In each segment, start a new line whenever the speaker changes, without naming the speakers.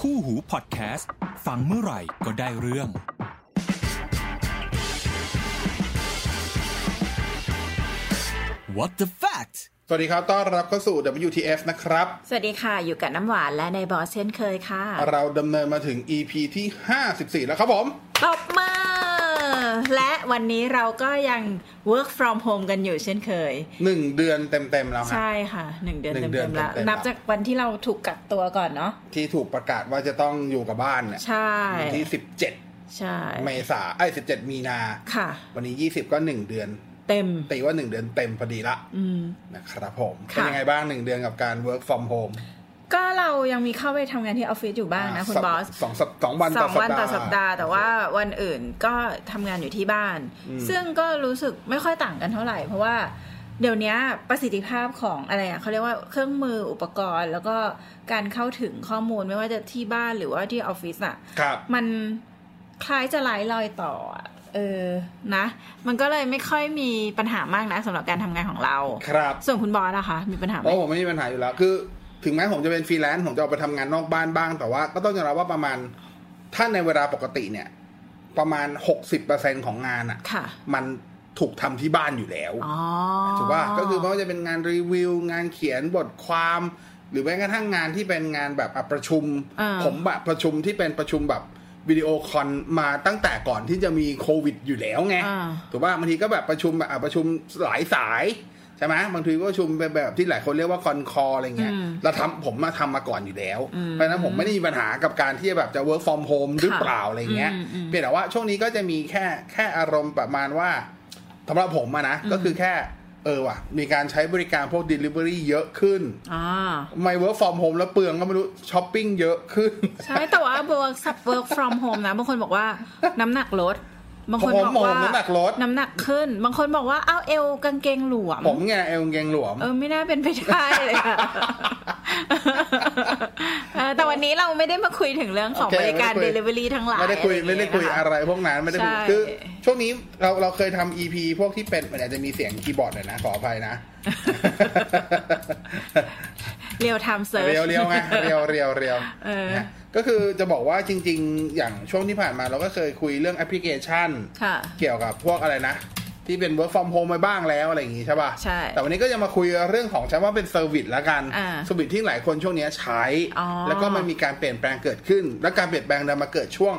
คู่หูพอดแคสต์ ฟังเมื่อไหร่ก็ได้เรื่อง What the fact
สวัสดีครับ ต้อนรับเข้าสู่ WTF นะครับ
สวัสดีค่ะ อยู่กับน้ำหวานและในบอสเช่นเคยค่ะ
เราดำเนินมาถึง EP ที่ 54 แล้วครับผม
ตบมือ และวันนี้เราก็ยัง work from home กันอยู่เช่นเคย
1 เดือนเต็ม ๆ แล้วฮะ
ใช่ค่ะหนึ่งเดือน
หนึ่งเดื
เต็
อน
มๆแล้ว
เต็มๆ
นับจากวันที่เราถูกกักตัวก่อนเนาะ
ที่ถูกประกาศว่าจะต้องอยู่กับบ้านเนี่ย
ใช่
วันที่
ใช่
17 เมษาไอ้ย17 มีนา
ค่ะ
วันนี้ 20 ก็ 1 เดือน
เต็ม
ตีว่า 1 เดือนเต็มพอดีละ
อืม
นะครับผม
ค่ะ
เป็นยังไงบ้าง 1 เดือนกับการ work from home
ก็เรายังมีเข้าไปทำงานที่ออฟฟิศอยู่บ้างนะคุณ
สัป
บอส
สองสัปสองวัน
ส
ต่
อ
อง สัป
วัน
ดาห์
ต่อสัปดาห์ แต่ว่าวันอื่นก็ทำงานอยู่ที่บ้าน
อืม
ซึ่งก็รู้สึกไม่ค่อยต่างกันเท่าไหร่ เพราะว่าเดี๋ยวนี้ประสิทธิภาพของอะไรอ่ะเขาเรียกว่าเครื่องมืออุปกรณ์ แล้วก็การเข้าถึงข้อมูลไม่ว่าจะที่บ้านหรือว่าที่ออฟฟิศอ่ะ
ครับ
มันคล้ายจะไร้รอยต่ออะเออนะ มันก็เลยไม่ค่อยมีปัญหามากนะสำหรับการทำงานของเรา
ครับ
ส่วนคุณบอสนะคะ มีปัญหาไหม
โอ้ผมไม่มีปัญหาอยู่แล้ว คือถึงแม้ผมจะเป็นฟรีแลนซ์ผมจะออกไปทำงานนอกบ้านบ้าง แต่ว่าก็ต้องยอมรับว่าประมาณ ถ้าในเวลาปกติเนี่ย ประมาณหกสิบเปอร์เซ็นของงานอะ่ะ
ค่ะ
มันถูกทำที่บ้านอยู่แล้ว
อ๋อ
ถูกป่ะก็คือไม่ว่าจะเป็นงานรีวิว งานเขียนบทความ หรือแม้กระทั่งงานที่เป็นงานแบบอ่ะประชุม
อ่า
ผมแบบประชุมที่เป็นประชุมแบบวิดีโอคอนมาตั้งแต่ก่อนที่จะมีโควิดอยู่แล้วไง
อ่า
ถูกป่ะบางทีก็แบบประชุมแบบอ่ะประชุมหลายสายใช่ไหมบางทีก็ประชุมแบบแบบที่หลายคนเรียกว่าคอนคออะไรเงี้ย
อืม
เราทำผมมาทำมาก่อนอยู่แล้ว
อืม
เพราะฉะนั้นผมไม่ได้มีปัญหากับการที่แบบจะ work from home หรือเปล่าอะไรเงี้ย
อืมอืม
เพียงแต่ว่าช่วงนี้ก็จะมีแค่แค่อารมณ์ประมาณว่าสำหรับผมอะนะ
อืม
ก็คือแค่เออว่ะ มีการใช้บริการพวก delivery เยอะขึ้น
อ๋อ
ไม่ work from home แล้วเปลืองก็ไม่รู้ช้อปปิ้งเยอะ ขึ้น
ใช่แต่ว่า work sub work from home นะบางคนบอกว่าน้ำหนักลดบางคน
ผม
บอ
ผม
กว่า
น้ำหนักลด
น้ำหนักขึ้น บางคนบอกว่าอ้าวเอวกางเกงหลวม
ผมไงเอวเกงหลวม
เออไม่น่าเป็นไปได้เลย อะเออแต่วันนี้เราไม่ได้มาคุยถึงเรื่องของ
โอเค
บริการ
ไม่ได้คุย
delivery ทั้งหลาย
ไม่ได้คุย
อะร
ไม่ได้คุย
างเงี้
อะไรพวกนั้นไม่ได้คุย
ใช่
คือช่วงนี้เราเราเคยทำ EP พวกที่เป็นมันอาจจะมีเสียงคีย์บอร์ดหน่อยนะขออภัยนะ
เรียวไทม์เซิร์ช
เรียวเรี ยวไงเรียวเรียวเรียว
เออ
นะก็คือจะบอกว่าจริง ๆ อย่างช่วงที่ผ่านมาเราก็เคยคุยเรื่องแอปพลิเคชัน
ค่ะ
เกี่ยวกับพวกอะไรนะ ที่เป็น work from home ไปบ้างแล้วอะไรอย่างงี้ใช่ป่ะ
ใช่
แต่วันนี้ก็จะมาคุยเรื่องของใช้ว่าเป็นเซอร์วิสละกัน
อ่า
เซอร์วิสที่หลายคนช่วงเนี้ยใช้
อ๋อ
แล้วก็มันมีการเปลี่ยนแปลงเกิดขึ้น และการเปลี่ยนแปลงเนี่ยมาเกิดช่วง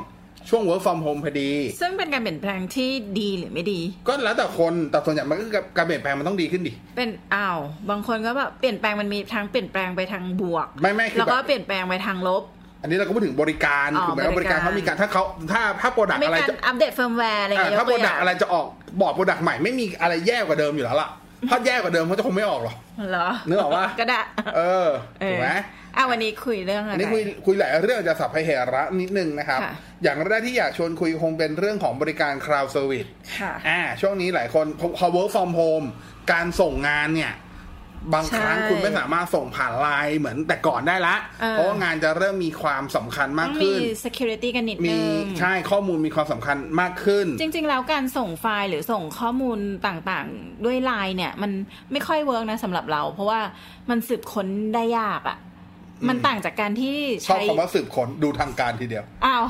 ช่วง work from home พอดี
ซึ่งเป็นการเปลี่ยนแปลงที่ดีหรือไม่ดี
ก็แล้วแต่คนแต่ส่วนใหญ่มันก็คือการเปลี่ยนแปลงมันต้องดีขึ้นดิ
เป็นอ้าวบางคนก็แบบเปลี่ยนแปลงมันมีทั้งเปลี่ยนแปลงไปทางบวก
ไม่ไม่คือ
แล้วก็
แบบ
เปลี่ยนแปลงไปทางลบ
อันนี้เราก็พูดถึงบริการ
อ๋อ
ถูกไหมว่าบบ
ริ
ริกา
การ ร
เขามีการถ้าเขาถ้าถ้าโปรดัก
มี
อะไร
การ
จะ
อัปเดตเฟิร์มแวร์อะไรอย่ง
อ่า
เงี้ย
ถ้าโปร
ยกตัว
ดั
ย่
ก
ง
อะไรจะออกบอกโปรดักใหม่ไม่มีอะไรแย่กว่าเดิมอยู่แล้วล่ะถ้าแย่กว่าเดิมเขาจะคงไม่ออกหรอก
เหรอ
นึกออกปะ
ก็ได้
เออถูกไหม
อ่ะวันนี้คุยเรื่องอะไร
อันนี้คุยคุยหลายเรื่องจะสับให้เหระนิดนึงนะครับ
ค่ะ
อย่างแรกที่อยากชวนคุยคงเป็นเรื่องของบริการ cloud service
ค่ะ
อ่าช่วงนี้หลายคนพอพอ work from home การส่งงานเนี่ย บางครั้ง
ใช่
คุณไม่สามารถส่งผ่านไลน์เหมือนแต่ก่อนได้ละ
เออ
เพราะว่างานจะเริ่มมีความสำคัญมาก
ต้องมี
ขึ้น
security กันนิด
มี
นึง
ใช่ข้อมูลมีความสำคัญมากขึ้น
จริง ๆ แล้วการส่งไฟล์หรือส่งข้อมูลต่างๆ ด้วยไลน์เนี่ย มันไม่ค่อยเวิร์กนะสำหรับเรา เพราะว่ามันสืบค้นได้ยากอะ่ะ มันต่างจากการที่
ชอบ
ใช้
คำว่าสืบค้นดูทางการทีเดียว
อ้าว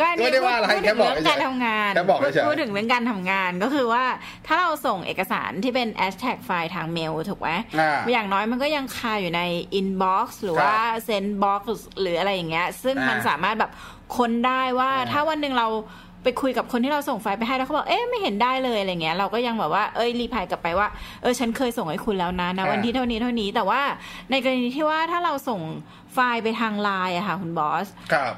ก็อันนี้
ไม่ได้ว่าอะไร
พูด
แค่
ถึง
บอก
เรื่อง
เฉยๆ
การทำงาน
แค่บอกเฉยๆ
พูดถึงเรื่องการทำงานก็คือว่าถ้าเราส่งเอกสารที่เป็น hashtag ไฟล์ทางเมลถูกไหม
อ่า
อย่างน้อยมันก็ยังคาอยู่ใน inbox หรือ
ครับ
ว่า sendbox หรืออะไรอย่างเงี้ย ซึ่ง
อ่ามั
มันสามารถแบบค้นได้ว่า
อ่า
ถ้าวันหนึ่งเราไปคุยกับคนที่เราส่งไฟล์ไปให้แล้วเขาบอก เอ๊ะไม่เห็นได้เลยอะไรเงี้ย เราก็ยังแบบว่า เอ้ยรีพายกลับไปว่า เออฉันเคยส่งให้คุณแล้วนะนะวันที่เท่านี้เท่านี้ แต่ว่าในกรณีที่ว่าถ้าเราส่งไฟล์ไปทางไลน์อะค่ะคุณบอส
ครับ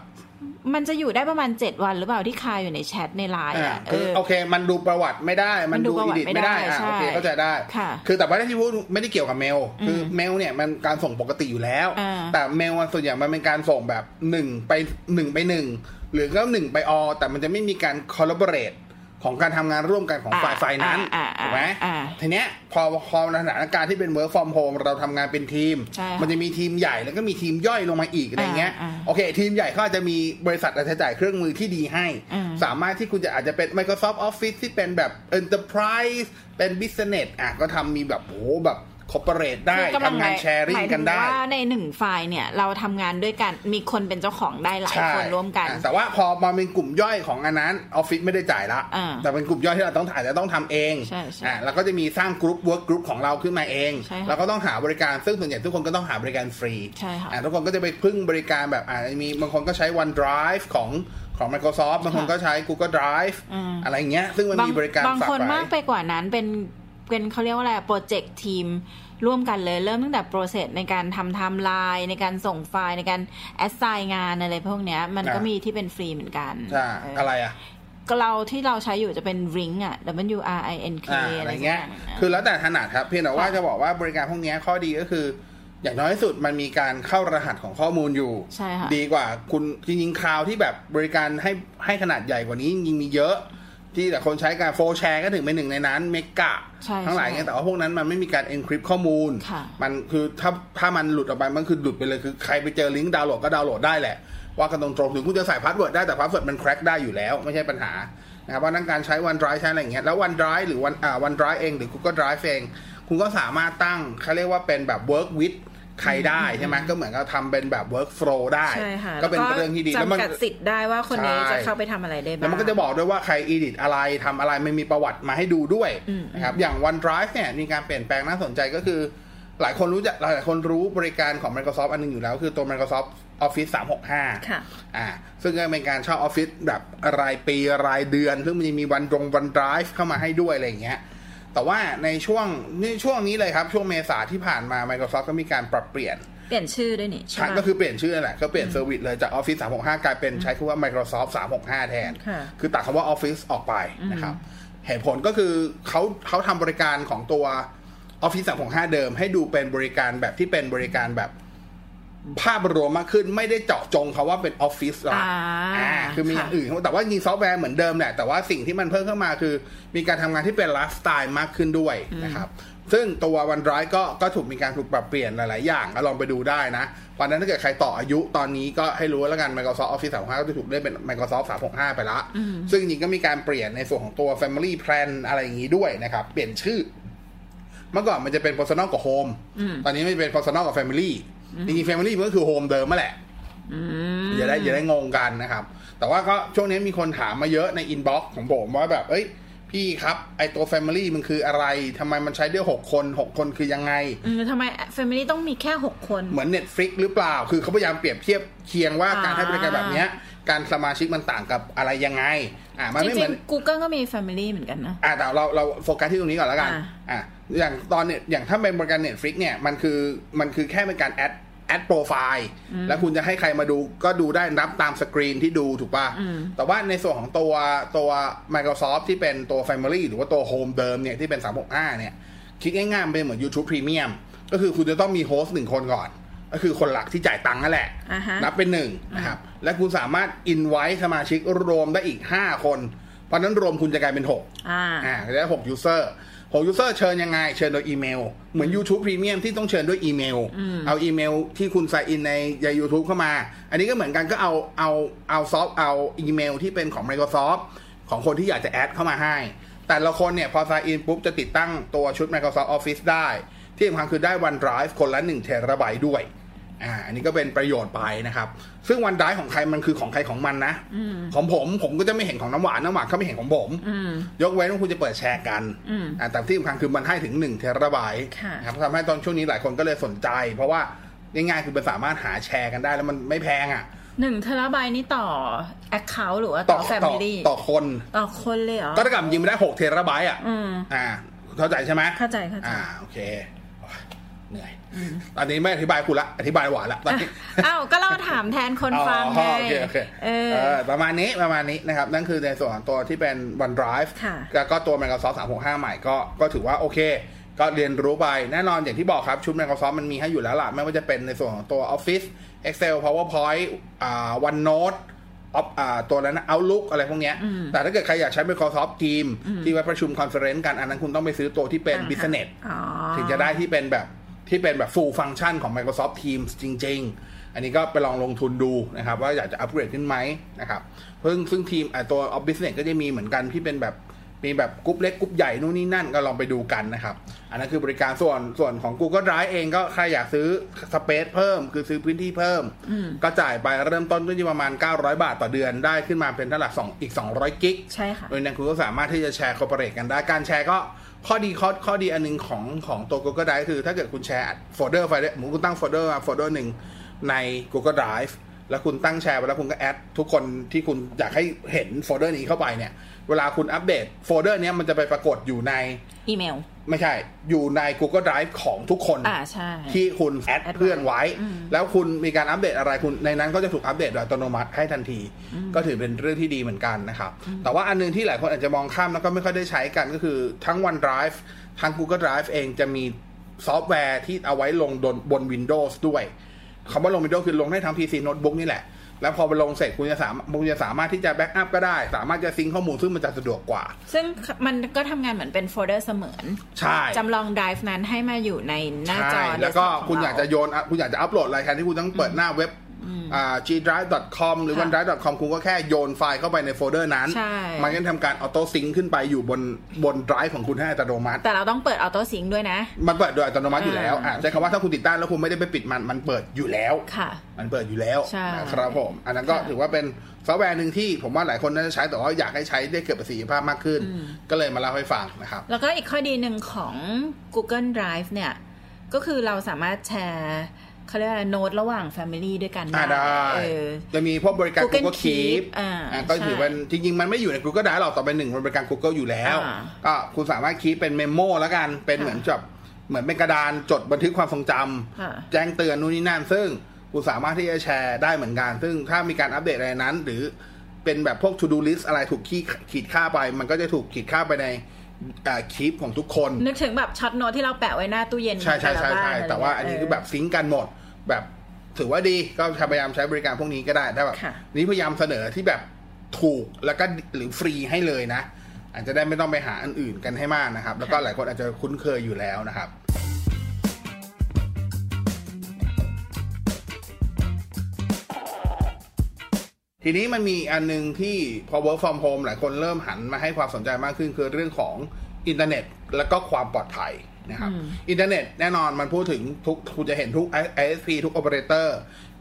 มันจะอยู่ได้ประมาณ 7 วันหรือเปล่าที่คาอยู่ในแชทในไลน์
อ่า
อะเอ
คือ
อ
โอเค มันดูประวัติไม่ได้ มันดู
มันดูประ
อี
วัติ
ดิทไม่ได้อ่า
ไม่ได้ใช่
โอเคเข้าใจได้
ค่ะ
คือแต่ว่าที่พูดไม่ได้เกี่ยวกับเมล คืออ
ม
เมลเนี่ยมันการส่งปกติอยู่แล้ว
อ่า
แต่เมลมันส่วนใหญ่มันเป็นการส่งแบบหนึ่งไปหนึ่งไปหนึ่งหรือก็หนึ่งไปออแต่มันจะไม่มีการ collaborate ของการทำงานร่วมกันของฝ่าย
อ่า
ฝ่ายนั้น
อ่า
ถูกไหม
อ่า
ทีเนี้ยพอพอในสถานการณ์ที่เป็น work from home เราทำงานเป็นทีม
ใช่ค่ะ
มันจะมีทีมใหญ่แล้วก็มีทีมย่อยลงมาอีกอะไรเงี้ย
อ่าอ่า
โอเค ทีมใหญ่เขาอาจจะมีบริษัทอาจจะจ่ายเครื่องมือที่ดีให้
อืม
สามารถที่คุณจะอาจจะเป็น Microsoft Office ที่เป็นแบบ Enterprise เป็น Business อ่ะก็ทำมีแบบโหแบบ คอร์ปอเรทได้
คือกำลั
ทำงานแชร์ริ่
ห
ง
มายถึ
กันได้
ว่าในหนึ่งไฟล์เนี่ย เราทำงานด้วยกันมีคนเป็นเจ้าของได้หลาย
ใช่
คนร่วมกัน
อ่ะแต่ว่าพอมาเป็นกลุ่มย่อยของอันนั้นออฟฟิศไม่ได้จ่ายละ
อ่า
แต่เป็นกลุ่มย่อยที่เราต้องถ่ายแต่ต้องทำเอง
ใช่ใช่
อ่ะแล้วก็จะมีสร้างกรุ๊ปเวิร์กกรุ๊ปของเราขึ้นมาเอง
ใช่ค่ะ
เราก็ต้องหาบริการซึ่งส่วนใหญ่ทุกคนก็ต้องหาบริการฟรี
ใช่ค่ะ
อ่ะทุกคนก็จะไปพึ่งบริการแบบอ่ะมีบางคนก็ใช้ OneDrive ของของ Microsoft บางคนก็ใช้ Google Drive อะไรอย่างเงี้ยซึ่งมันมีบริการ
บาง
ฝาก
คน
ไว้
มากไปกว่านั้นเป็นเป็นเขาเรียกว่าอะไรโปรเจกต์ทีมร่วมกันเลย เริ่มตั้งแต่โปรเซสในการทำไทม์ไลน์ในการส่งไฟล์ในการแอสไซน์งานอะไรพวกเนี้ยมันก็
อ่ะ
มีที่เป็นฟรีเหมือนกัน
ใช่
เอออ
อะไรอ่ะ
ก็เราที่เราใช้อยู่จะเป็น Ring อ่ะ W R I N K
อ่า
อะ
อะไร ไร
สักอ
เงี้
ย่าย งอ่ะ
คือแล้วแต่ถนัดครับ เพียงแต่ว่า
ค่ะ
จะบอกว่าบริการพวกเนี้ยข้อดีก็คือ อย่างน้อยที่สุดมันมีการเข้ารหัสของข้อมูลอยู่
ใช่ค่ะ
ดีกว่าคุณจริงๆคลาวที่แบบบริการให้ให้ขนาดใหญ่กว่านี้จริงๆมีเยอะ ที่แต่คนใช้การโฟแชร์ก็ถึงเป็นหนึ่งในนั้นเมกะ
ใช่
ทั้งหลาย
ใช่
เงี้ยแต่ว่าพวกนั้นมันไม่มีการ encrypt ข้อมูล
ค่ะ
มันคือถ้าถ้ามันหลุดออกไปมันคือหลุดไปเลยคือใครไปเจอลิงก์ดาวน์โหลดก็ดาวน์โหลดได้แหละ ว่ากันตรงๆถึงคุณจะใส่พาสเวิร์ดได้แต่พาสเวิร์ดมันแคร็กได้อยู่แล้ว ไม่ใช่ปัญหานะครับเพราะฉะนั้นการใช้ OneDrive ใช้อะไรอย่างเงี้ยแล้ว OneDrive หรือ One อ่า OneDrive เองหรือ Google Drive เอง คุณก็สามารถตั้งเขาเรียกว่าเป็นแบบ work with ใครได้ใช่ไหมก็เหมือนกับทำเป็นแบบ workflow ได้
ใช่ค่ะ
ก็เป็นเรื่องที่ดีแล้วมัน
จำกัดสิทธิ์ได้ว่าคนนี้
ใช่
จะเข้าไปทำอะไรได้บ้าง
แล้วมันก็จะบอกด้วยว่าใครอีดิทอะไรทำอะไรไม่มีประวัติมาให้ดูด้วย
อืม
นะครับอย่าง OneDrive เนี่ยมีการเปลี่ยนแปลงน่าสนใจก็คือ หลายคนรู้จักหลายคนรู้บริการของ Microsoft อันหนึงอยู่แล้ว คือตัว Microsoft Office 365
ค่ะ
อ่าซึ่งก็เป็นการเช่าออฟฟิศแบบรายปีรายเดือน ซึ่งมันจะมีวันตรงวันไดรฟ์เข้ามาให้ด้วยอะไรอย่างเงี้ย แต่ว่าในช่วงนี่ช่วงนี้เลยครับ ช่วงเมษาที่ผ่านมา Microsoft ก็มีการปรับเปลี่ยน
เปลี่ยนชื่อด้วยนี่ใช่
ใช่
ปะ
ก็คือเปลี่ยนชื่อนั่นแหละก็เปลี่ยนเซอร์วิสเลยจาก Office 365 กลายเป็นใช้คำว่า Microsoft 365 แทน
ค่ะ
คือตัดคำว่า Office ออกไปนะครับเหตุผลก็คือเขาเขาทำบริการของตัว Office 365 เดิม ให้ดูเป็นบริการแบบที่เป็นบริการแบบภาพรวมมากขึ้น ไม่ได้เจาะจงเขาว่าเป็นออฟฟิศละ
อ่า
อ่าคือมีอย่าง
ค่ะ
อื่นแต่ว่าจริงๆซอฟต์แวร์เหมือนเดิมแหละ แต่ว่าสิ่งที่มันเพิ่มเข้ามาคือ มีการทำงานที่เป็นไลฟ์สไตล์มากขึ้นด้วยนะครับ ซึ่งตัววันร้ายก็ก็ถูกมีการถูกปรับเปลี่ยนหลาย ๆ อย่างก็ลองไปดูได้นะวันนั้นถ้าเกิดใครต่ออายุตอนนี้ก็ให้รู้แล้วกัน Microsoft Office 365 ก็จะถูกเรียกเป็น Microsoft 365 ไปละ ซึ่งจริงๆก็มีการเปลี่ยนในส่วนของตัว Family Plan อะไรอย่างนี้ด้วยนะครับ เปลี่ยนชื่อ เมื่อก่อนมันจะเป็น personal กับ home ตอนนี้มันจะเป็น personal กับ family จริงๆ family มันก็คือ home เดิมมาแหละอย่าได้อย่าได้งงกันนะครับ แต่ว่าก็ช่วงนี้มีคนถามมาเยอะใน inbox ของผมว่าแบบ เอ้ย พี่ครับ ไอตัว family มันคืออะไรทำไมมันใช้ได้หกคนหกคนคือยังไง
อืมทำไมแฟมิลี่ต้องมีแค่หกคน
เหมือน Netflix หรือเปล่า คือเขาพยายามเปรียบเทียบเคียงว่า
อ่า
การให้บริการแบบเนี้ยการสมาชิกมันต่างกับอะไรยังไง อ่ามัน
จ
ไม่เห
ริ
มื
ง
อน
ๆ Google ก็มี Family เหมือนกันนะ
อ่ะแต่เราเราโฟกัสที่ตรงนี้ก่อนแล้วกัน
อ่ะ
อ่ะอย่างตอนเนี่ยอย่างถ้าเป็นบริการ Netflix เนี่ยมันคือมันคือแค่เป็นการแอดแอดโปรไฟล์แล้วคุณจะให้ใครมาดูก็ดูได้นับตามสกรีนที่ดูถูกป่ะ
อืม
แต่ว่าในส่วนของตัวตัว Microsoft ที่เป็นตัว Family หรือว่าตัว Home เดิมเนี่ยที่เป็น 365 เนี่ย คิดง่ายๆมันเป็นเหมือน YouTube Premium ก็คือคุณจะต้องมีโฮสต์หนึ่งคนก่อน ก็คือคนหลักที่จ่ายตังค์นั่นแหละ
อ่าฮะ
นับเป็นหนึ่งนะครับ และคุณสามารถอินไว้สมาชิกรวมได้อีก 5 คน เพราะฉะนั้นรวมคุณจะกลายเป็น 6
อ่า
อ่าได้หกยูเซอร์หกยูเซอร์เชิญยังไง เชิญโดยอีเมล เหมือน YouTube Premium ที่ต้องเชิญด้วยอีเมล เอาอีเมลที่คุณใส่อินในใน YouTube เข้ามา อันนี้ก็เหมือนกันก็เอาเอาเอาซอฟเอาอีเมลที่เป็นของ Microsoft ของคนที่อยากจะแอดเข้ามาให้ แต่ละคนเนี่ย พอใส่อินปุ๊บ จะติดตั้งตัวชุด Microsoft Office ได้ ที่สำคัญคือได้ OneDrive คนละ1เทราไบต์ด้วย อ่าอันนี้ก็เป็นประโยชน์ไปนะครับ ซึ่งวันไดของใครมันคือของใครของมันนะของผมผมก็จะไม่เห็นของน้ำหวานน้ำหวานเขาไม่เห็นของผม ยกเว้นว่าคุณจะเปิดแชร์กันอ่าแต่ที่สำคัญคือมันให้ถึง 1 เทราไบต์
ค่ะ
นะครับทำให้ตอนช่วงนี้หลายคนก็เลยสนใจ เพราะว่าง่ายๆคือมันสามารถหาแชร์กันได้แล้วมันไม่แพงอ่ะ
หนึ่งเทราไบต์นี่ต่อ Account หรือว่าต่อ
ต่อ
Family
ต่อคน
ต่อคนเลยเหรอ
ก็เท่ากับยิงไม่ได้6เทราไบต์อ่ะ
อื ม
อ่าเข้าใจใช่ไหม
เข้าใจเข้าใจ
อ่าโอเคโอ้ยเหนื่อยตอนนี้ไม่อธิบายคุณละอธิบายหวานละตอนนี้
อ้าว ก็เราถามแทนคนฟัง
อ๋
ไง
อโอเคโอเค
เออ
เออประมาณนี้ประมาณนี้นะครับ นั่นคือในส่วนของตัวที่เป็น OneDrive
ค่ะ
แล้วก็ตัว Microsoft 365 ใหม่ก็ก็ถือว่าโอเค ก็เรียนรู้ไป แน่นอนอย่างที่บอกครับ ชุด Microsoft มันมีให้อยู่แล้วล่ะ ไม่ว่าจะเป็นในส่วนของตัว Office Excel PowerPoint อ่า OneNote ออฟอ่าตัวนั้นนะ Outlook อะไรพวกเนี้ย แต่ถ้าเกิดใครอยากใช้ Microsoft Team ที่ไว้ประชุมคอนเฟอเรนซ์กันอันนั้นคุณต้องไปซื้อตัวที่เป็น
อ่าค่ะ
Business
อ๋อ
ถึงจะได้ที่เป็นแบบที่เป็นแบบ full function ของ Microsoft Teams จริง ๆ อันนี้ก็ไปลองลงทุนดูนะครับ ว่าอยากจะอัปเกรดขึ้นไหมนะครับเพิ่งซึ่งทีมอ่ะตัว Office Business ก็จะมีเหมือนกันที่เป็นแบบ มีแบบกรุ๊ปเล็กกรุ๊ปใหญ่นู่นนี่นั่นก็ลองไปดูกันนะครับ อันนั้นคือบริการส่วนส่วนของ Google Drive เองก็ใครอยากซื้อสเปซเพิ่ม คือซื้อพื้นที่เพิ่ม ก็จ่ายไปเริ่มต้นก็อยู่ประมาณ 900 บาทต่อเดือนได้ขึ้นมาเป็นเท่าไหร่สองอีก 200 กิก
ใช่ค่ะ
โดยนั้นคุณก็สามารถที่จะแชร์คอ r p ปอเรทกันได้ การแชร์ก็ข้อดีข้อข้อดีอันหนึงของของตัว Google Drive คือถ้าเกิดคุณแชร์โฟลเดอร์ไฟล์ผมคุณตั้งโฟลเดอร์มาโฟลเดอร์หนึ่งใน Google Drive แล้วคุณตั้งแชร์ไปแล้วคุณก็แอดทุกคนที่คุณอยากให้เห็นโฟลเดอร์นี้เข้าไปเนี่ย เวลาคุณอัปเดตโฟลเดอร์เนี้ยมันจะไปปรากฏอยู่ใน
อีเมล
ไม่ใช่ อยู่ใน Google Drive ของทุกคน
อ่าใช่
ที่คุณแอด
แอดไว้
เพื่อนไว้
อืม
แล้วคุณมีการอัปเดตอะไรคุณในนั้นก็จะถูกอัปเดตโดยอัตโนมัติให้ทันที ก็ถือเป็นเรื่องที่ดีเหมือนกันนะครับ แต่ว่าอันหนึงที่หลายคนอาจจะมองข้ามแล้วก็ไม่ค่อยได้ใช้กันก็คือทั้ง OneDrive ทั้ง Google Drive เองจะมีซอฟต์แวร์ที่เอาไว้ลงบนบน Windows ด้วยคำว่าลง Windows คือลงได้ทั้ง PC โน้ตบุ๊กนี่แหละ แล้วพอไปลงเสร็จคุณจะสามารถคุณจะสามารถที่จะแบ็กอัพก็ได้ สามารถจะซิงค์ข้อมูลซึ่งมันจะสะดวกกว่า
ซึ่งมันก็ทำงานเหมือนเป็นโฟลเดอร์เสมือน
ใช่
จำลองไดรฟ์นั้นให้มาอยู่ในหน้าจอ
ใช่
desktop
แล้วก็
ขงเร
คุณอยากจะโยนอ่ะคุณอยากจะอัปโหลดอะไรแทนที่คุณต้องเปิดหน้าเว็บอ่า gdrive.com หรือ
ค่ะ
onedrive.com คุณก็แค่โยนไฟล์เข้าไปในโฟลเดอร์นั้น
ใช่
มันก็ทำการออโต้ซิงขึ้นไปอยู่บนบนไดรฟ์ของคุณให้อัตโนมัติ
แต่เราต้องเปิดออโต้ซิงด้วยนะ
มันเปิดโดยอัตโนมัติอยู่แล้ว
อ่า
อ่ะใช้คำว่าถ้าคุณติดตั้งแล้วคุณไม่ได้ไปปิดมันมันเปิดอยู่แล้ว
ค่ะ
มันเปิดอยู่แล้ว
ใช่
นะครับผม อันนั้นก็
ค่ะ
ถือว่าเป็นซอฟต์แวร์หนึ่งที่ผมว่าหลายคนน่าจะใช้แต่ว่าอยากให้ใช้ได้เกิดประสิทธิภาพมากขึ้น
อืม
ก็เลยมาเล่าให้ฟังนะครับ
แล้วก็อีกข้อดีหนึ่งของ Google Drive เนี่ย ก็คือเราสามารถแชร์เขาเรียกว่าโน้ตระหว่าง Family ด้วยกัน
อ่าได้
เออ
จะมีพวกบริการ
Google
Google Keep
Keep อ่า
อ่าก็ถือ
ใช่
เป็นจริง ๆ มันไม่อยู่ใน Google Drive หรอกต่อเป็นหนึ่งมันบริการ Google อยู่แล้วก็
อ่า
คุณสามารถ Keep เป็นเมมโมแล้วกัน เป็นเหมือน
ค่ะ
จับเหมือนเป็นกระดานจดบันทึกความทรงจำ
ค่ะ
แจ้งเตือนนู่นนี่นั่น ซึ่งคุณสามารถที่จะแชร์ได้เหมือนกัน ซึ่งถ้ามีการอัปเดตอะไรนั้น หรือเป็นแบบพวก to do list อะไรถูกขีดขีดค่าไป มันก็จะถูกขีดค่าไปในคีปของทุกคน
นึกถึงแบบช็อตโน้ตที่เราแปะไว้หน้าตู้เย็น
ใช่ใช่ใช่
ของ
ใช่
ละบ้นะไร
แต่ว่าอันนี้
เ
คือแบบซิงก์กันหมด แบบถือว่าดีก็พยายามใช้บริการพวกนี้ก็ได้ได้แบบ
ค่ะ
นี่พยายามเสนอที่แบบถูกแล้วก็หรือฟรีให้เลยนะ อาจจะได้ไม่ต้องไปหาอันอื่นกันให้มากนะครับ แล้วก็หลายคนอาจจะคุ้นเคยอยู่แล้วนะครับ ทีนี้มันมีอันหนึงที่พอ work from home หลายคนเริ่มหันมาให้ความสนใจมากขึ้นคือเรื่องของอินเทอร์เน็ต แล้วก็ความปลอดภัยนะครับอินเทอร์เน็ตแน่นอนมันพูดถึงทุกคุณจะเห็นทุก ISP ทุก operator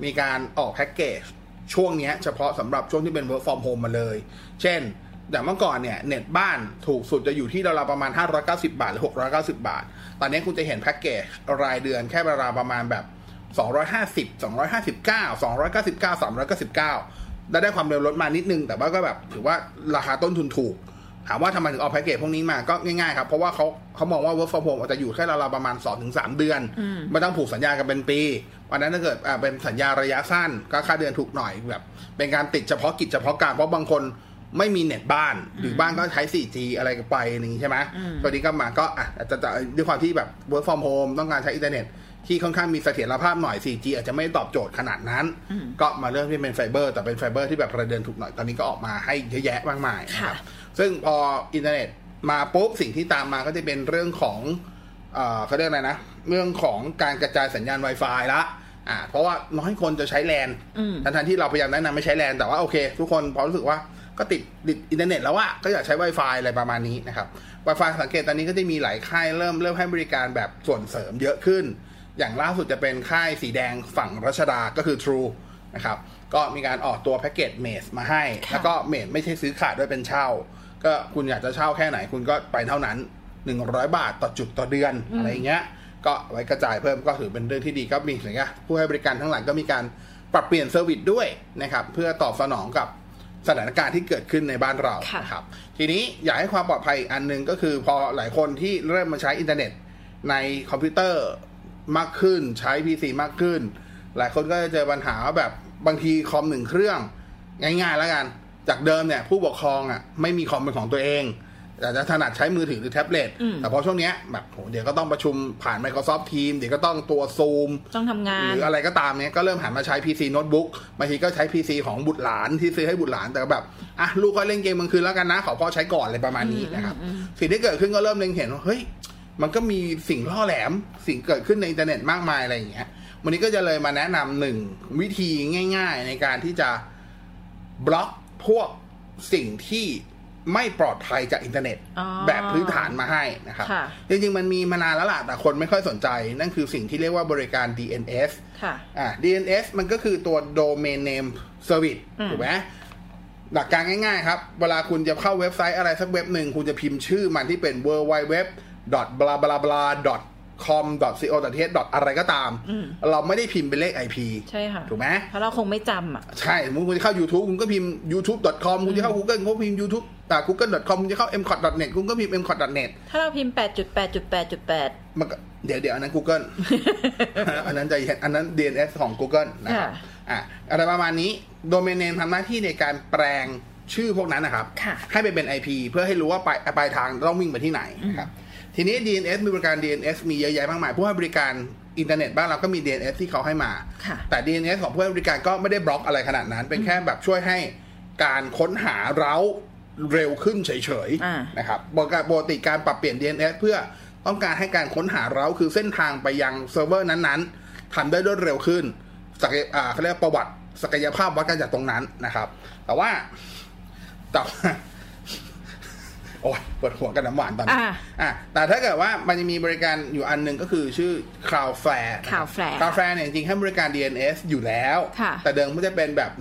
มีการออกแพ็กเกจช่วงเนี้ยเฉพาะสำหรับช่วงที่เป็น work from home มาเลย เช่น อย่างเมื่อก่อนเนี่ย เน็ตบ้านถูกสุดจะอยู่ที่ราวๆประมาณ 590 บาท หรือ 690 บาท ตอนนี้คุณจะเห็นแพ็กเกจรายเดือนแค่ราวๆประมาณแบบ 250 259 299 399 ได้ได้ความเร็วลดมานิดนึง แต่ว่าก็แบบถือว่าราคาต้นทุนถูก ถามว่าทำไมถึงออกแพ็กเกจพวกนี้มาก็ง่ายๆครับ เพราะว่าเขาเขามองว่า work from home อาจจะอยู่แค่ราวๆประมาณ 2-3 เดือน ไม่ต้องผูกสัญญากันเป็นปีวันนั้นถ้าเกิดอ่าเป็นสัญญาระยะสั้น ก็ค่าเดือนถูกหน่อยแบบ เป็นการติดเฉพาะกิจเฉพาะการเพราะบางคนไม่มีเน็ตบ้าน หรือบ้านก็ใช้ 4G อะไรกันไปอย่างนี้ใช่ไหมตอนนี้ก็มาก็อ่ะอาจจะจะด้วยความที่แบบ work from home ต้องการใช้อินเทอร์เน็ต ที่ค่อนข้างมีเสถียรภาพหน่อย 4G อาจจะไม่ตอบโจทย์ขนาดนั้น ก็มาเริ่มที่เป็นไฟเบอร์ แต่เป็นไฟเบอร์ที่แบบระเดินถูกหน่อย ตอนนี้ก็ออกมาให้เยอะแยะมากมายนะครับ
ค่ะ
ซึ่งพออินเทอร์เน็ตมาปุ๊บสิ่งที่ตามมาก็จะเป็นเรื่องของ เอ่อเขาเรียกอะไรนะ เรื่องของการกระจายสัญญาณ Wi-Fi ละอ่าเพราะว่าน้อยคนจะใช้แลนทั้งทันที่เราพยายามแนะนำไม่ใช้แลนแต่ว่าโอเค ทุกคนพอรู้สึกว่าก็ติดติดอินเทอร์เน็ตแล้วอะก็อยากใช้ Wi-Fi อะไรประมาณนี้นะครับ Wi-Fi สังเกตตอนนี้ก็จะมีหลายค่ายเริ่มเริ่มให้บริการแบบส่วนเสริมเยอะขึ้น อย่างล่าสุดจะเป็นค่ายสีแดงฝั่งรัชดาก็คือ True นะครับก็มีการออกตัวแพ็กเกจเมสมาให้
ค่ะ
แล้วก็เมสไม่ใช่ซื้อขาดด้วยเป็นเช่า ก็คุณอยากจะเช่าแค่ไหนคุณก็ไปเท่านั้น 100 บาทต่อจุดต่อเดือนอะไรอย่างเงี้ย ก็ไว้กระจายเพิ่มก็ถือเป็นเรื่องที่ดีก็มีอย่างเงี้ยผู้ให้บริการทั้งหลายก็มีการปรับเปลี่ยนเซอร์วิสด้วยนะครับเพื่อตอบสนองกับสถานการณ์ที่เกิดขึ้นในบ้านเรา
ค่ะ
นะครับทีนี้อยากให้ความปลอดภัยอีกอันหนึ่งก็คือพอหลายคนที่เริ่มมาใช้อินเทอร์เน็ต ในคอมพิวเตอร์มากขึ้นใช้ PC มากขึ้น หลายคนก็จะเจอปัญหาว่าแบบบางทีคอมหนึ่งเครื่อง ง่ายๆแล้วกัน จากเดิมเนี่ยผู้ปกครองอ่ะไม่มีคอมเป็นของตัวเองอาจจะถนัดใช้มือถือหรือแท็บเล็ต
อืม
แต่พอช่วงเนี้ยแบบโหเดี๋ยวก็ต้องประชุมผ่าน Microsoft Teams เดี๋ยวก็ต้องตัว Zoom
ต้องทำงาน
หรืออะไรก็ตามเนี้ยก็เริ่มหันมาใช้ PC โน้ตบุ๊กบางทีก็ใช้ PC ของบุตรหลานที่ซื้อให้บุตรหลานแต่ก็แบบอ่ะลูกก็เล่นเกมกลางคืนแล้วกันนะ ขอพ่อใช้ก่อนอะไรประมาณนี้นะครับ สิ่งที่เกิดขึ้นก็เริ่มเล็งเห็นว่าเฮ้ยมันก็มีสิ่งล่อแหลม สิ่งเกิดขึ้นในอินเทอร์เน็ตมากมายอะไรอย่างเงี้ยวันนี้ก็จะเลยมาแนะนำหนึ่งวิธีง่าย ๆ ในการที่จะ บล็อกพวกสิ่งที่ ไม่ปลอดภัยจากอินเทอร์เน็ต
อ๋อ
แบบพื้นฐานมาให้นะครับ
ค่ะ
จริงๆ มันมีมานานแล้วล่ะแต่คนไม่ค่อยสนใจ นั่นคือสิ่งที่เรียกว่าบริการ DNS
ค่ะ
อ่า DNS มันก็คือตัว Domain Name Service
อืม
ถูกไหมหลักการง่ายๆครับ เวลาคุณจะเข้าเว็บไซต์อะไรสักเว็บหนึ่ง คุณจะพิมพ์ชื่อมันที่เป็น w w w b l a b l a b l a com co th อะไรก็ตาม
อืม
เราไม่ได้พิมพ์เป็นเลข IP
ใช่ค่ะ
ถูกไหม
เพราะเราคงไม่จำอ่ะ
ใช่สมมติคุณจะเข้า YouTube คุณก็พิมพ์ youtube.com คุณจะเข้า Google คุณก็พิมพ์ youtube แต่ google.com คุณจะเข้า mcot.net คุณก็พิมพ์ mcot.net
ถ้าเราพิมพ์แปดจุดแปดจุดแปดจุดแปด
มันก็เดี๋ยวเดี๋ยวอันนั้น Google อันนั้นใจเย็นอันนั้น DNS ของ Google นะครับ
ค่ะ
อ่ะอะไรประมาณนี้โดเมนเนมทำหน้าที่ในการแปลงชื่อพวกนั้นนะครับ
ค่ะ
ให้ไปเป็น IP เพื่อให้รู้ว่าปลายปลายทางต้องวิ่งไปที่ไหนนะครับ ทีนี้ DNS มีบริการ DNS มีเยอะแยะมากมายผู้ให้บริการอินเทอร์เน็ตบ้านเราก็มี DNS ที่เขาให้มา
ค่ะ
แต่ DNS ของผู้ให้บริการก็ไม่ได้บล็อกอะไรขนาดนั้น เป็นแค่แบบช่วยให้การค้นหาเราเร็วขึ้นเฉย
อ่า
ๆ นะครับปกติการปรับเปลี่ยน DNS เพื่อต้องการให้การค้นหาเราคือเส้นทางไปยังเซิร์ฟเวอร์นั้นๆทำได้รวดเร็วขึ้นศักยอ่าเขาเรียกว่าประวัติศักยภาพวัดกันจากตรงนั้นนะครับ แต่ว่าแต่ว่า โอ้ยปวดหัวกันน้ำหวานตอนนี้
อ่า
อ่ะแต่ถ้าเกิดว่ามันจะมีบริการอยู่อันหนึ่งก็คือชื่อ Cloudflare นะครับ
Cloudflare
Cloudflare เนี่ยจริงๆให้บริการ DNS อยู่แล้ว
ค่ะ
แต่เดิมก็จะเป็นแบบ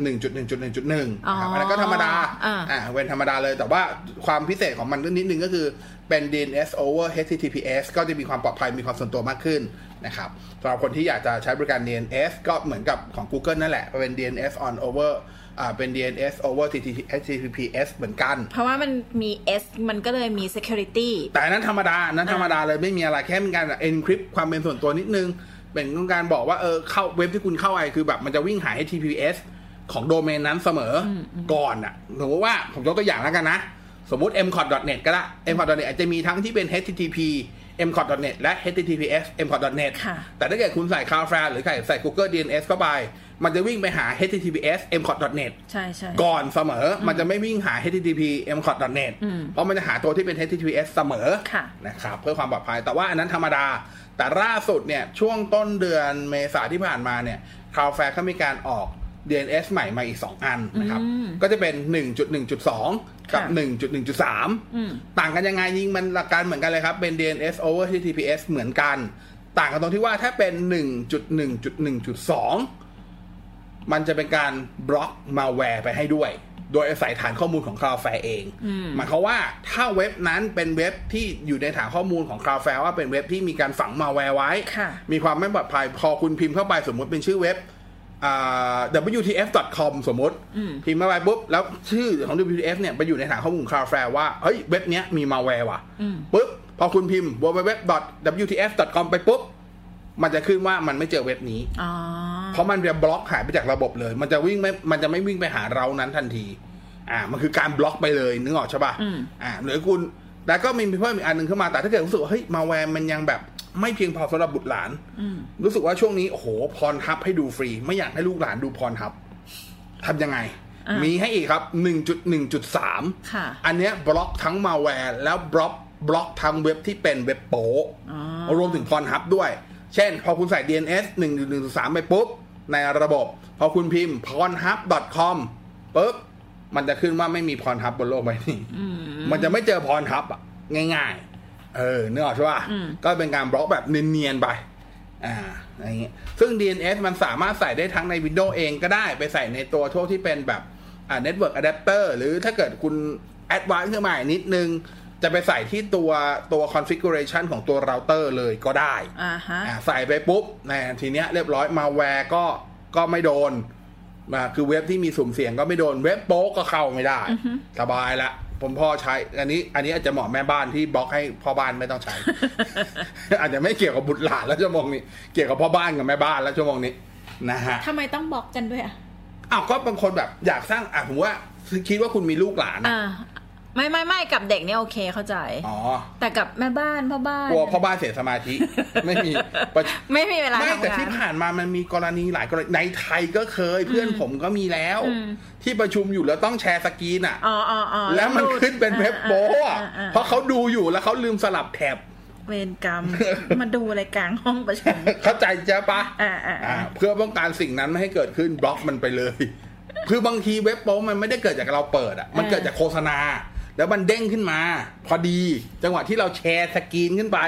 1.1.1.1นะครับ
อ๋ออั
อันนั้นก็ธรรมดา
อ่า
อ่าเว้นธรรมดาเลยแต่ว่าความพิเศษของมันก็นิดนึงก็คือเป็น DNS over HTTPS ก็จะมีความปลอดภัยมีความส่วนตัวมากขึ้นนะครับสำหรับคนที่อยากจะใช้บริการ DNS ก็เหมือนกับของ Google นั่นแหละเป็น DNS on over อ่าเป็น DNS over HTTPS เหมือนกัน
เพราะว่ามันมี S มันก็เลยมี security
แต่อันนั้นธรรมดาอันนั้นธรรมดาเลยไม่มีอะไรแค่เป็นการ encrypt ความเป็นส่วนตัวนิดนึง เป็นการบอกว่าเออเข้าเว็บที่คุณเข้าไปคือแบบมันจะวิ่งหา HTTPS ของโดเมนนั้นเสมออก่อนอะสมมติว่าผมยกตัวอย่างแล้วกันนะ สมมติ mcot.net ก็ได้ mcot.net อาจจะมีทั้งที่เป็น http mcot.net และ https mcot.net
ค่ะ
แต่ถ้าเกิดคุณใส่ Cloudflare หรือใส่ Google DNS เข้าไป มันจะวิ่งไปหา https mcot.net
ใช่ใช่
ก่อนเสมอ มันจะไม่วิ่งหา http mcot.net
อืม
เพราะมันจะหาตัวที่เป็น https เสมอ
ค่ะ
นะครับ เพื่อความปลอดภัย แต่ว่าอันนั้นธรรมดา แต่ล่าสุดเนี่ย ช่วงต้นเดือนเมษาที่ผ่านมาเนี่ย Cloudflare เขามีการออก DNS ใหม่มาอีก 2 อันนะครับ
อืม
ก็จะเป็น 1.1.2 กับ
ค่ะ อืม
1.1.3 ต่างกันยังไงยิงมันหลักการเหมือนกันเลยครับ เป็น DNS over HTTPS เหมือนกัน ต่างกันตรงที่ว่าถ้าเป็น 1.1.1.2 มันจะเป็นการบล็อกมาแวร์ไปให้ด้วย โดยอาศัยฐานข้อมูลของ Cloudflare เอง หมายความว่าถ้าเว็บนั้นเป็นเว็บที่อยู่ในฐานข้อมูลของ Cloudflare ว่าเป็นเว็บที่มีการฝังมาแวร์ไว้
ค่ะ
มีความไม่ปลอดภัย พอคุณพิมพ์เข้าไปสมมติเป็นชื่อเว็บอ่า wtf.com สมมติ พิมพ์มาไปปุ๊บ แล้วชื่อของ wtf เนี่ยไปอยู่ในฐานข้อมูล Cloudflare ว่า เฮ้ย เว็บเนี้ยมีมาแวร์ว่ะปุ๊บ พอคุณพิมพ์ www.wtf.com ไปปุ๊บ มันจะขึ้นว่ามันไม่เจอเว็บนี้
อ๋อ
เพราะมันจะบล็อกหายไปจากระบบเลย มันจะวิ่งไม่ มันจะไม่วิ่งไปหาเรานั้นทันที อ่า มันคือการบล็อกไปเลยนึกออกใช่ป่ะ
อืม
อ่าหรือคุณ แล้วก็มีเพิ่มอีกอันหนึ่งขึ้นมา แต่ถ้าเกิดรู้สึกว่าเฮ้ย มาแวร์มันยังแบบ ไม่เพียงพอสำหรับบุตรหลาน รู้สึกว่าช่วงนี้ โอ้โห พรทับให้ดูฟรี ไม่อยากให้ลูกหลานดูพรทับทำยังไง
อ่ะ
มีให้อีกครับ 1.1.3
ค่ะ
อันเนี้ยบล็อกทั้งมาแวร์แล้วบล็อกบล็อกทั้งเว็บที่เป็นเว็บโป๊ะ
อ๋อ
รวมถึงพรฮับด้วย เช่น พอคุณใส่ DNS 1 1 3 ไปปุ๊บ ในระบบ พอคุณพิมพ์ pornhub com ปุ๊บ มันจะขึ้นว่าไม่มีพรฮับบนโลกใบนี้ มันจะไม่เจอพรฮับอ่ะ ง่ายๆ เออเนื้อออกใช่ป่ะ ก็เป็นการบล็อกแบบเนียนๆ ไป อ่าอะไรเงี้ยซึ่ง DNS มันสามารถใส่ได้ทั้งใน Windows เองก็ได้ไปใส่ในตัวทั่วกที่เป็นแบบอ่า Network Adapter หรือถ้าเกิดคุณ Advanced ขึ้นมาอีกนิดนึง จะไปใส่ที่ตัวตัว configuration ของตัวเราเตอร์เลยก็ได้
อ่าฮะ
อ่าใส่ไปปุ๊บแหม่ทีเนี้ยเรียบร้อยมาแวร์ก็ก็ไม่โดนอ่าคือเว็บที่มีสุ่มเสี่ยงก็ไม่โดนเว็บโป๊กก็เข้าไม่ได้ สบายละ ผมพ่อใช้ อันนี้ อันนี้อาจจะเหมาะแม่บ้านที่บล็อกให้พ่อบ้านไม่ต้องใช้ อาจจะไม่เกี่ยวกับบุตรหลานแล้วชั่วโมงนี้ เกี่ยวกับพ่อบ้านกับแม่บ้านแล้วชั่วโมงนี้นะฮะ
ทำไมต้องบล็อกกันด้วยอ่ะ
อ้าวก็บางคนแบบอยากสร้างอ่ะผมว่าคิดว่าคุณมีลูกหลานอะ
อ่า ไม่ไม่ไม่กับเด็กเนี่ยโอเคเข้าใจ
อ๋อ
แต่กับแม่บ้านพ่อบ้าน
กลัวพ่อบ้านเสียสมาธิ ไม่มีประช
ไม่มีเวลา
ไม่
ทำ
แต่
งาน
ที่ผ่านมามันมีกรณีหลายกรณีในไทยก็เคยเพื่อนผมก็มีแล้ว
อืม
ที่ประชุมอยู่แล้วต้องแชร์สกรีนอ่ะ
อ๋ออ๋ออ๋อ
แล้วมัน
รูด
ขึ้นเป็นเว็บโป้อะ
อ่าอ่าอ่า
เพราะเขาดูอยู่แล้วเขาลืมสลับแท็บ
เวรกรรม มาดูอะไรกลางห้องประชุม
เข้าใจใช่ปะ
อ่าอ่าอ่า
อ่าเพื่อป้องกันสิ่งนั้นไม่ให้เกิดขึ้นบล็อกมันไปเลย คือบางทีเว็บโป้มันไม่ได้เกิดจากเราเปิดอ่ะมันเกิดจากโฆษณา แล้วมันเด้งขึ้นมา พอดีจังหวะที่เราแชร์สกรีนขึ้นไป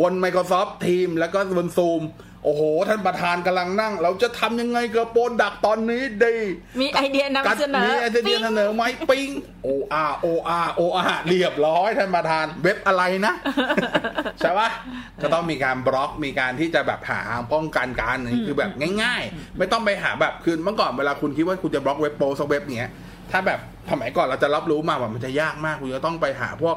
บน Microsoft Teams แล้วก็บน Zoom โอ้โห ท่านประธานกำลังนั่ง เราจะทำยังไงกับโปรดักตอนนี้ดี
มีไอเดียนำเสนอ
มีไอเดียเสนอไหมปิ้งโออาโออาโออาเรียบร้อยท่านประธานเว็บอะไรนะ ใช่ปะก็ต้องมีการบล็อกมีการที่จะแบบหาทางป้องกันการอันนี้คือแบบง่าย ๆ ไม่ต้องไปหาแบบคือเมื่อก่อนเวลาคุณคิดว่าคุณจะบล็อกเว็บโปรสักเว็บเนี้ยถ้าแบบสมัยก่อนเราจะรับรู้มาว่ามันจะยากมากคุณจะต้องไปหาพวก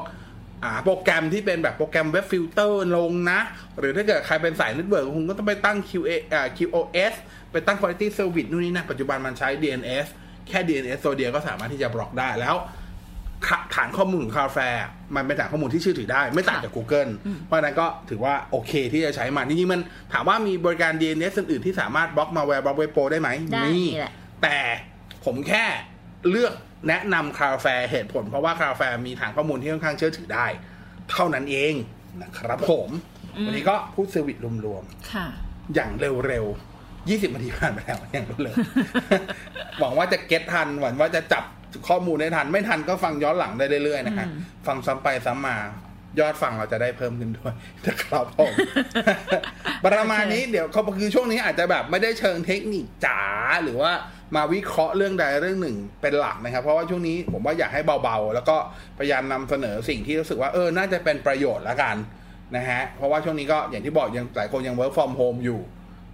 อ่าโปรแกรมที่เป็นแบบโปรแกรมเว็บฟิลเตอร์ลงนะ หรือถ้าเกิดใครเป็นสายเน็ตเวิร์กคุณก็ต้องไปตั้ง QA อ่า QoS ไปตั้ง Quality Service นู่นนี่นะ ปัจจุบันมันใช้ DNS แค่ DNS ตัวเดียวก็สามารถที่จะบล็อกได้แล้วค่ะฐานข้อมูลของคาแฟมันเป็นฐานข้อมูลที่เชื่อถือได้ ไม่ต่างจาก Google เพราะฉะนั้นก็ถือว่าโอเคที่จะใช้มันจริงๆมันถามว่ามีบริการ DNS อื่นๆที่สามารถบล็อกมาแวร์บล็อกเว็บโปรได้ไหม
ได้
มี
นี่แหละ
แต่ผมแค่เลือกแนะนำคาแฟเหตุผล เพราะว่าคาแฟมีฐานข้อมูลที่ค่อนข้างเชื่อถือได้ เท่านั้นเองนะครับผม วันนี้ก็พูดเซอร์วิสรวม
ค่ะ
ๆ อย่างเร็วๆ 20นาทีผ่านไปแล้วอย่างรวดเร็ว หวังว่าจะเก็ตทันหวังว่าจะจับข้อมูลได้ทัน ไม่ทันก็ฟังย้อนหลังได้เรื่อยๆนะฮะฟังซ้ำไปซ้ำมายอดฟังเราจะได้เพิ่มขึ้นด้วย นะครับผม ประมาณนี้เดี๋ยวเขาคือช่วงนี้อาจจะแบบไม่ได้เชิงเทคนิคจ๋าหรือว่ามาวิเคราะห์เรื่องใดเรื่องหนึ่งเป็นหลักนะครับ เพราะว่าช่วงนี้ผมว่าอยากให้เบาๆ แล้วก็พยายามนำเสนอสิ่งที่รู้สึกว่าเออน่าจะเป็นประโยชน์ละกันนะฮะเพราะว่าช่วงนี้ก็อย่างที่บอกยังหลายคนยัง work from home อยู่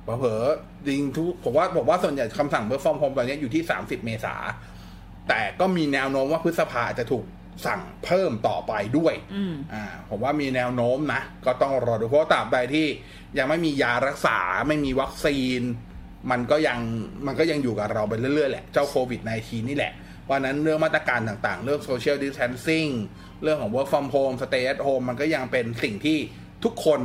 เผลอๆจริงทุกผมว่าผมว่าส่วนใหญ่คำสั่ง work from home ตอนนี้อยู่ที่ 30 เมษา แต่ก็มีแนวโน้มว่าพฤษภาจะถูกสั่งเพิ่มต่อไปด้วย
อืม
อ่าผมว่ามีแนวโน้มนะ ก็ต้องรอดูเพราะว่าตราบใดที่ยังไม่มียารักษาไม่มีวัคซีน มันก็ยังมันก็ยังอยู่กับเราไปเรื่อยๆแหละ เจ้าโควิด -19 นี่แหละวันนั้นเรื่องมาตรการต่างๆ เรื่อง social distancing เรื่องของ work from home stay at home มันก็ยังเป็นสิ่งที่ทุกคน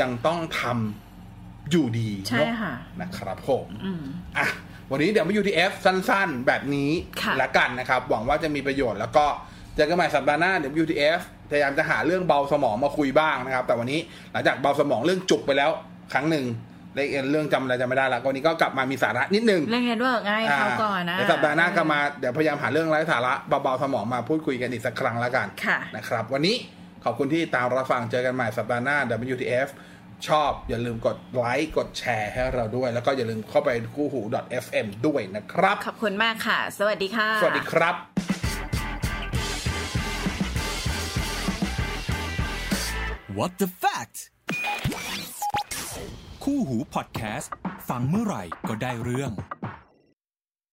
ยังต้องทำอยู่ดี
ใช่
เนอะ
ค่ะ
นะครับผม
อืม
อ่ะวันนี้เดี๋ยวมา UTF สั้นๆ แบบนี้
ค่ะ
ละกันนะครับ หวังว่าจะมีประโยชน์แล้วก็เจอกันใหม่สัปดาห์หน้าเดี๋ยว UTF พยายามจะหาเรื่องเบาสมองมาคุยบ้างนะครับ แต่วันนี้หลังจากเบาสมองเรื่องจุกไปแล้วครั้งหนึ่งและอีกเรื่องจำอะไรจะไม่ได้ละก็วันนี้ก็กลับมามีสาระนิดนึง
เรื่องเน็ตเวิร์กไง
อ่
เขาวก่อนนะ
เดี๋ยวสัปดาห์หน้าก็มาเดี๋ยวพยายามหาเรื่องไร้สาระเบาๆสมองมาพูดคุยกันอีกสักครั้งละกัน
ค่ะ
นะครับ วันนี้ขอบคุณที่ตามรับฟังเจอกันใหม่สัปดาห์หน้า WTF ชอบอย่าลืมกดไลค์กดแชร์ให้เราด้วย แล้วก็อย่าลืมเข้าไปคู่หู .fm ด้วยนะครับ
ขอบคุณมากค่ะ สวัสดีค่ะ
สวัสดีครับ
What the fact คู่หูพอดแคสต์ฟังเมื่อไหร่ก็ได้เรื่อง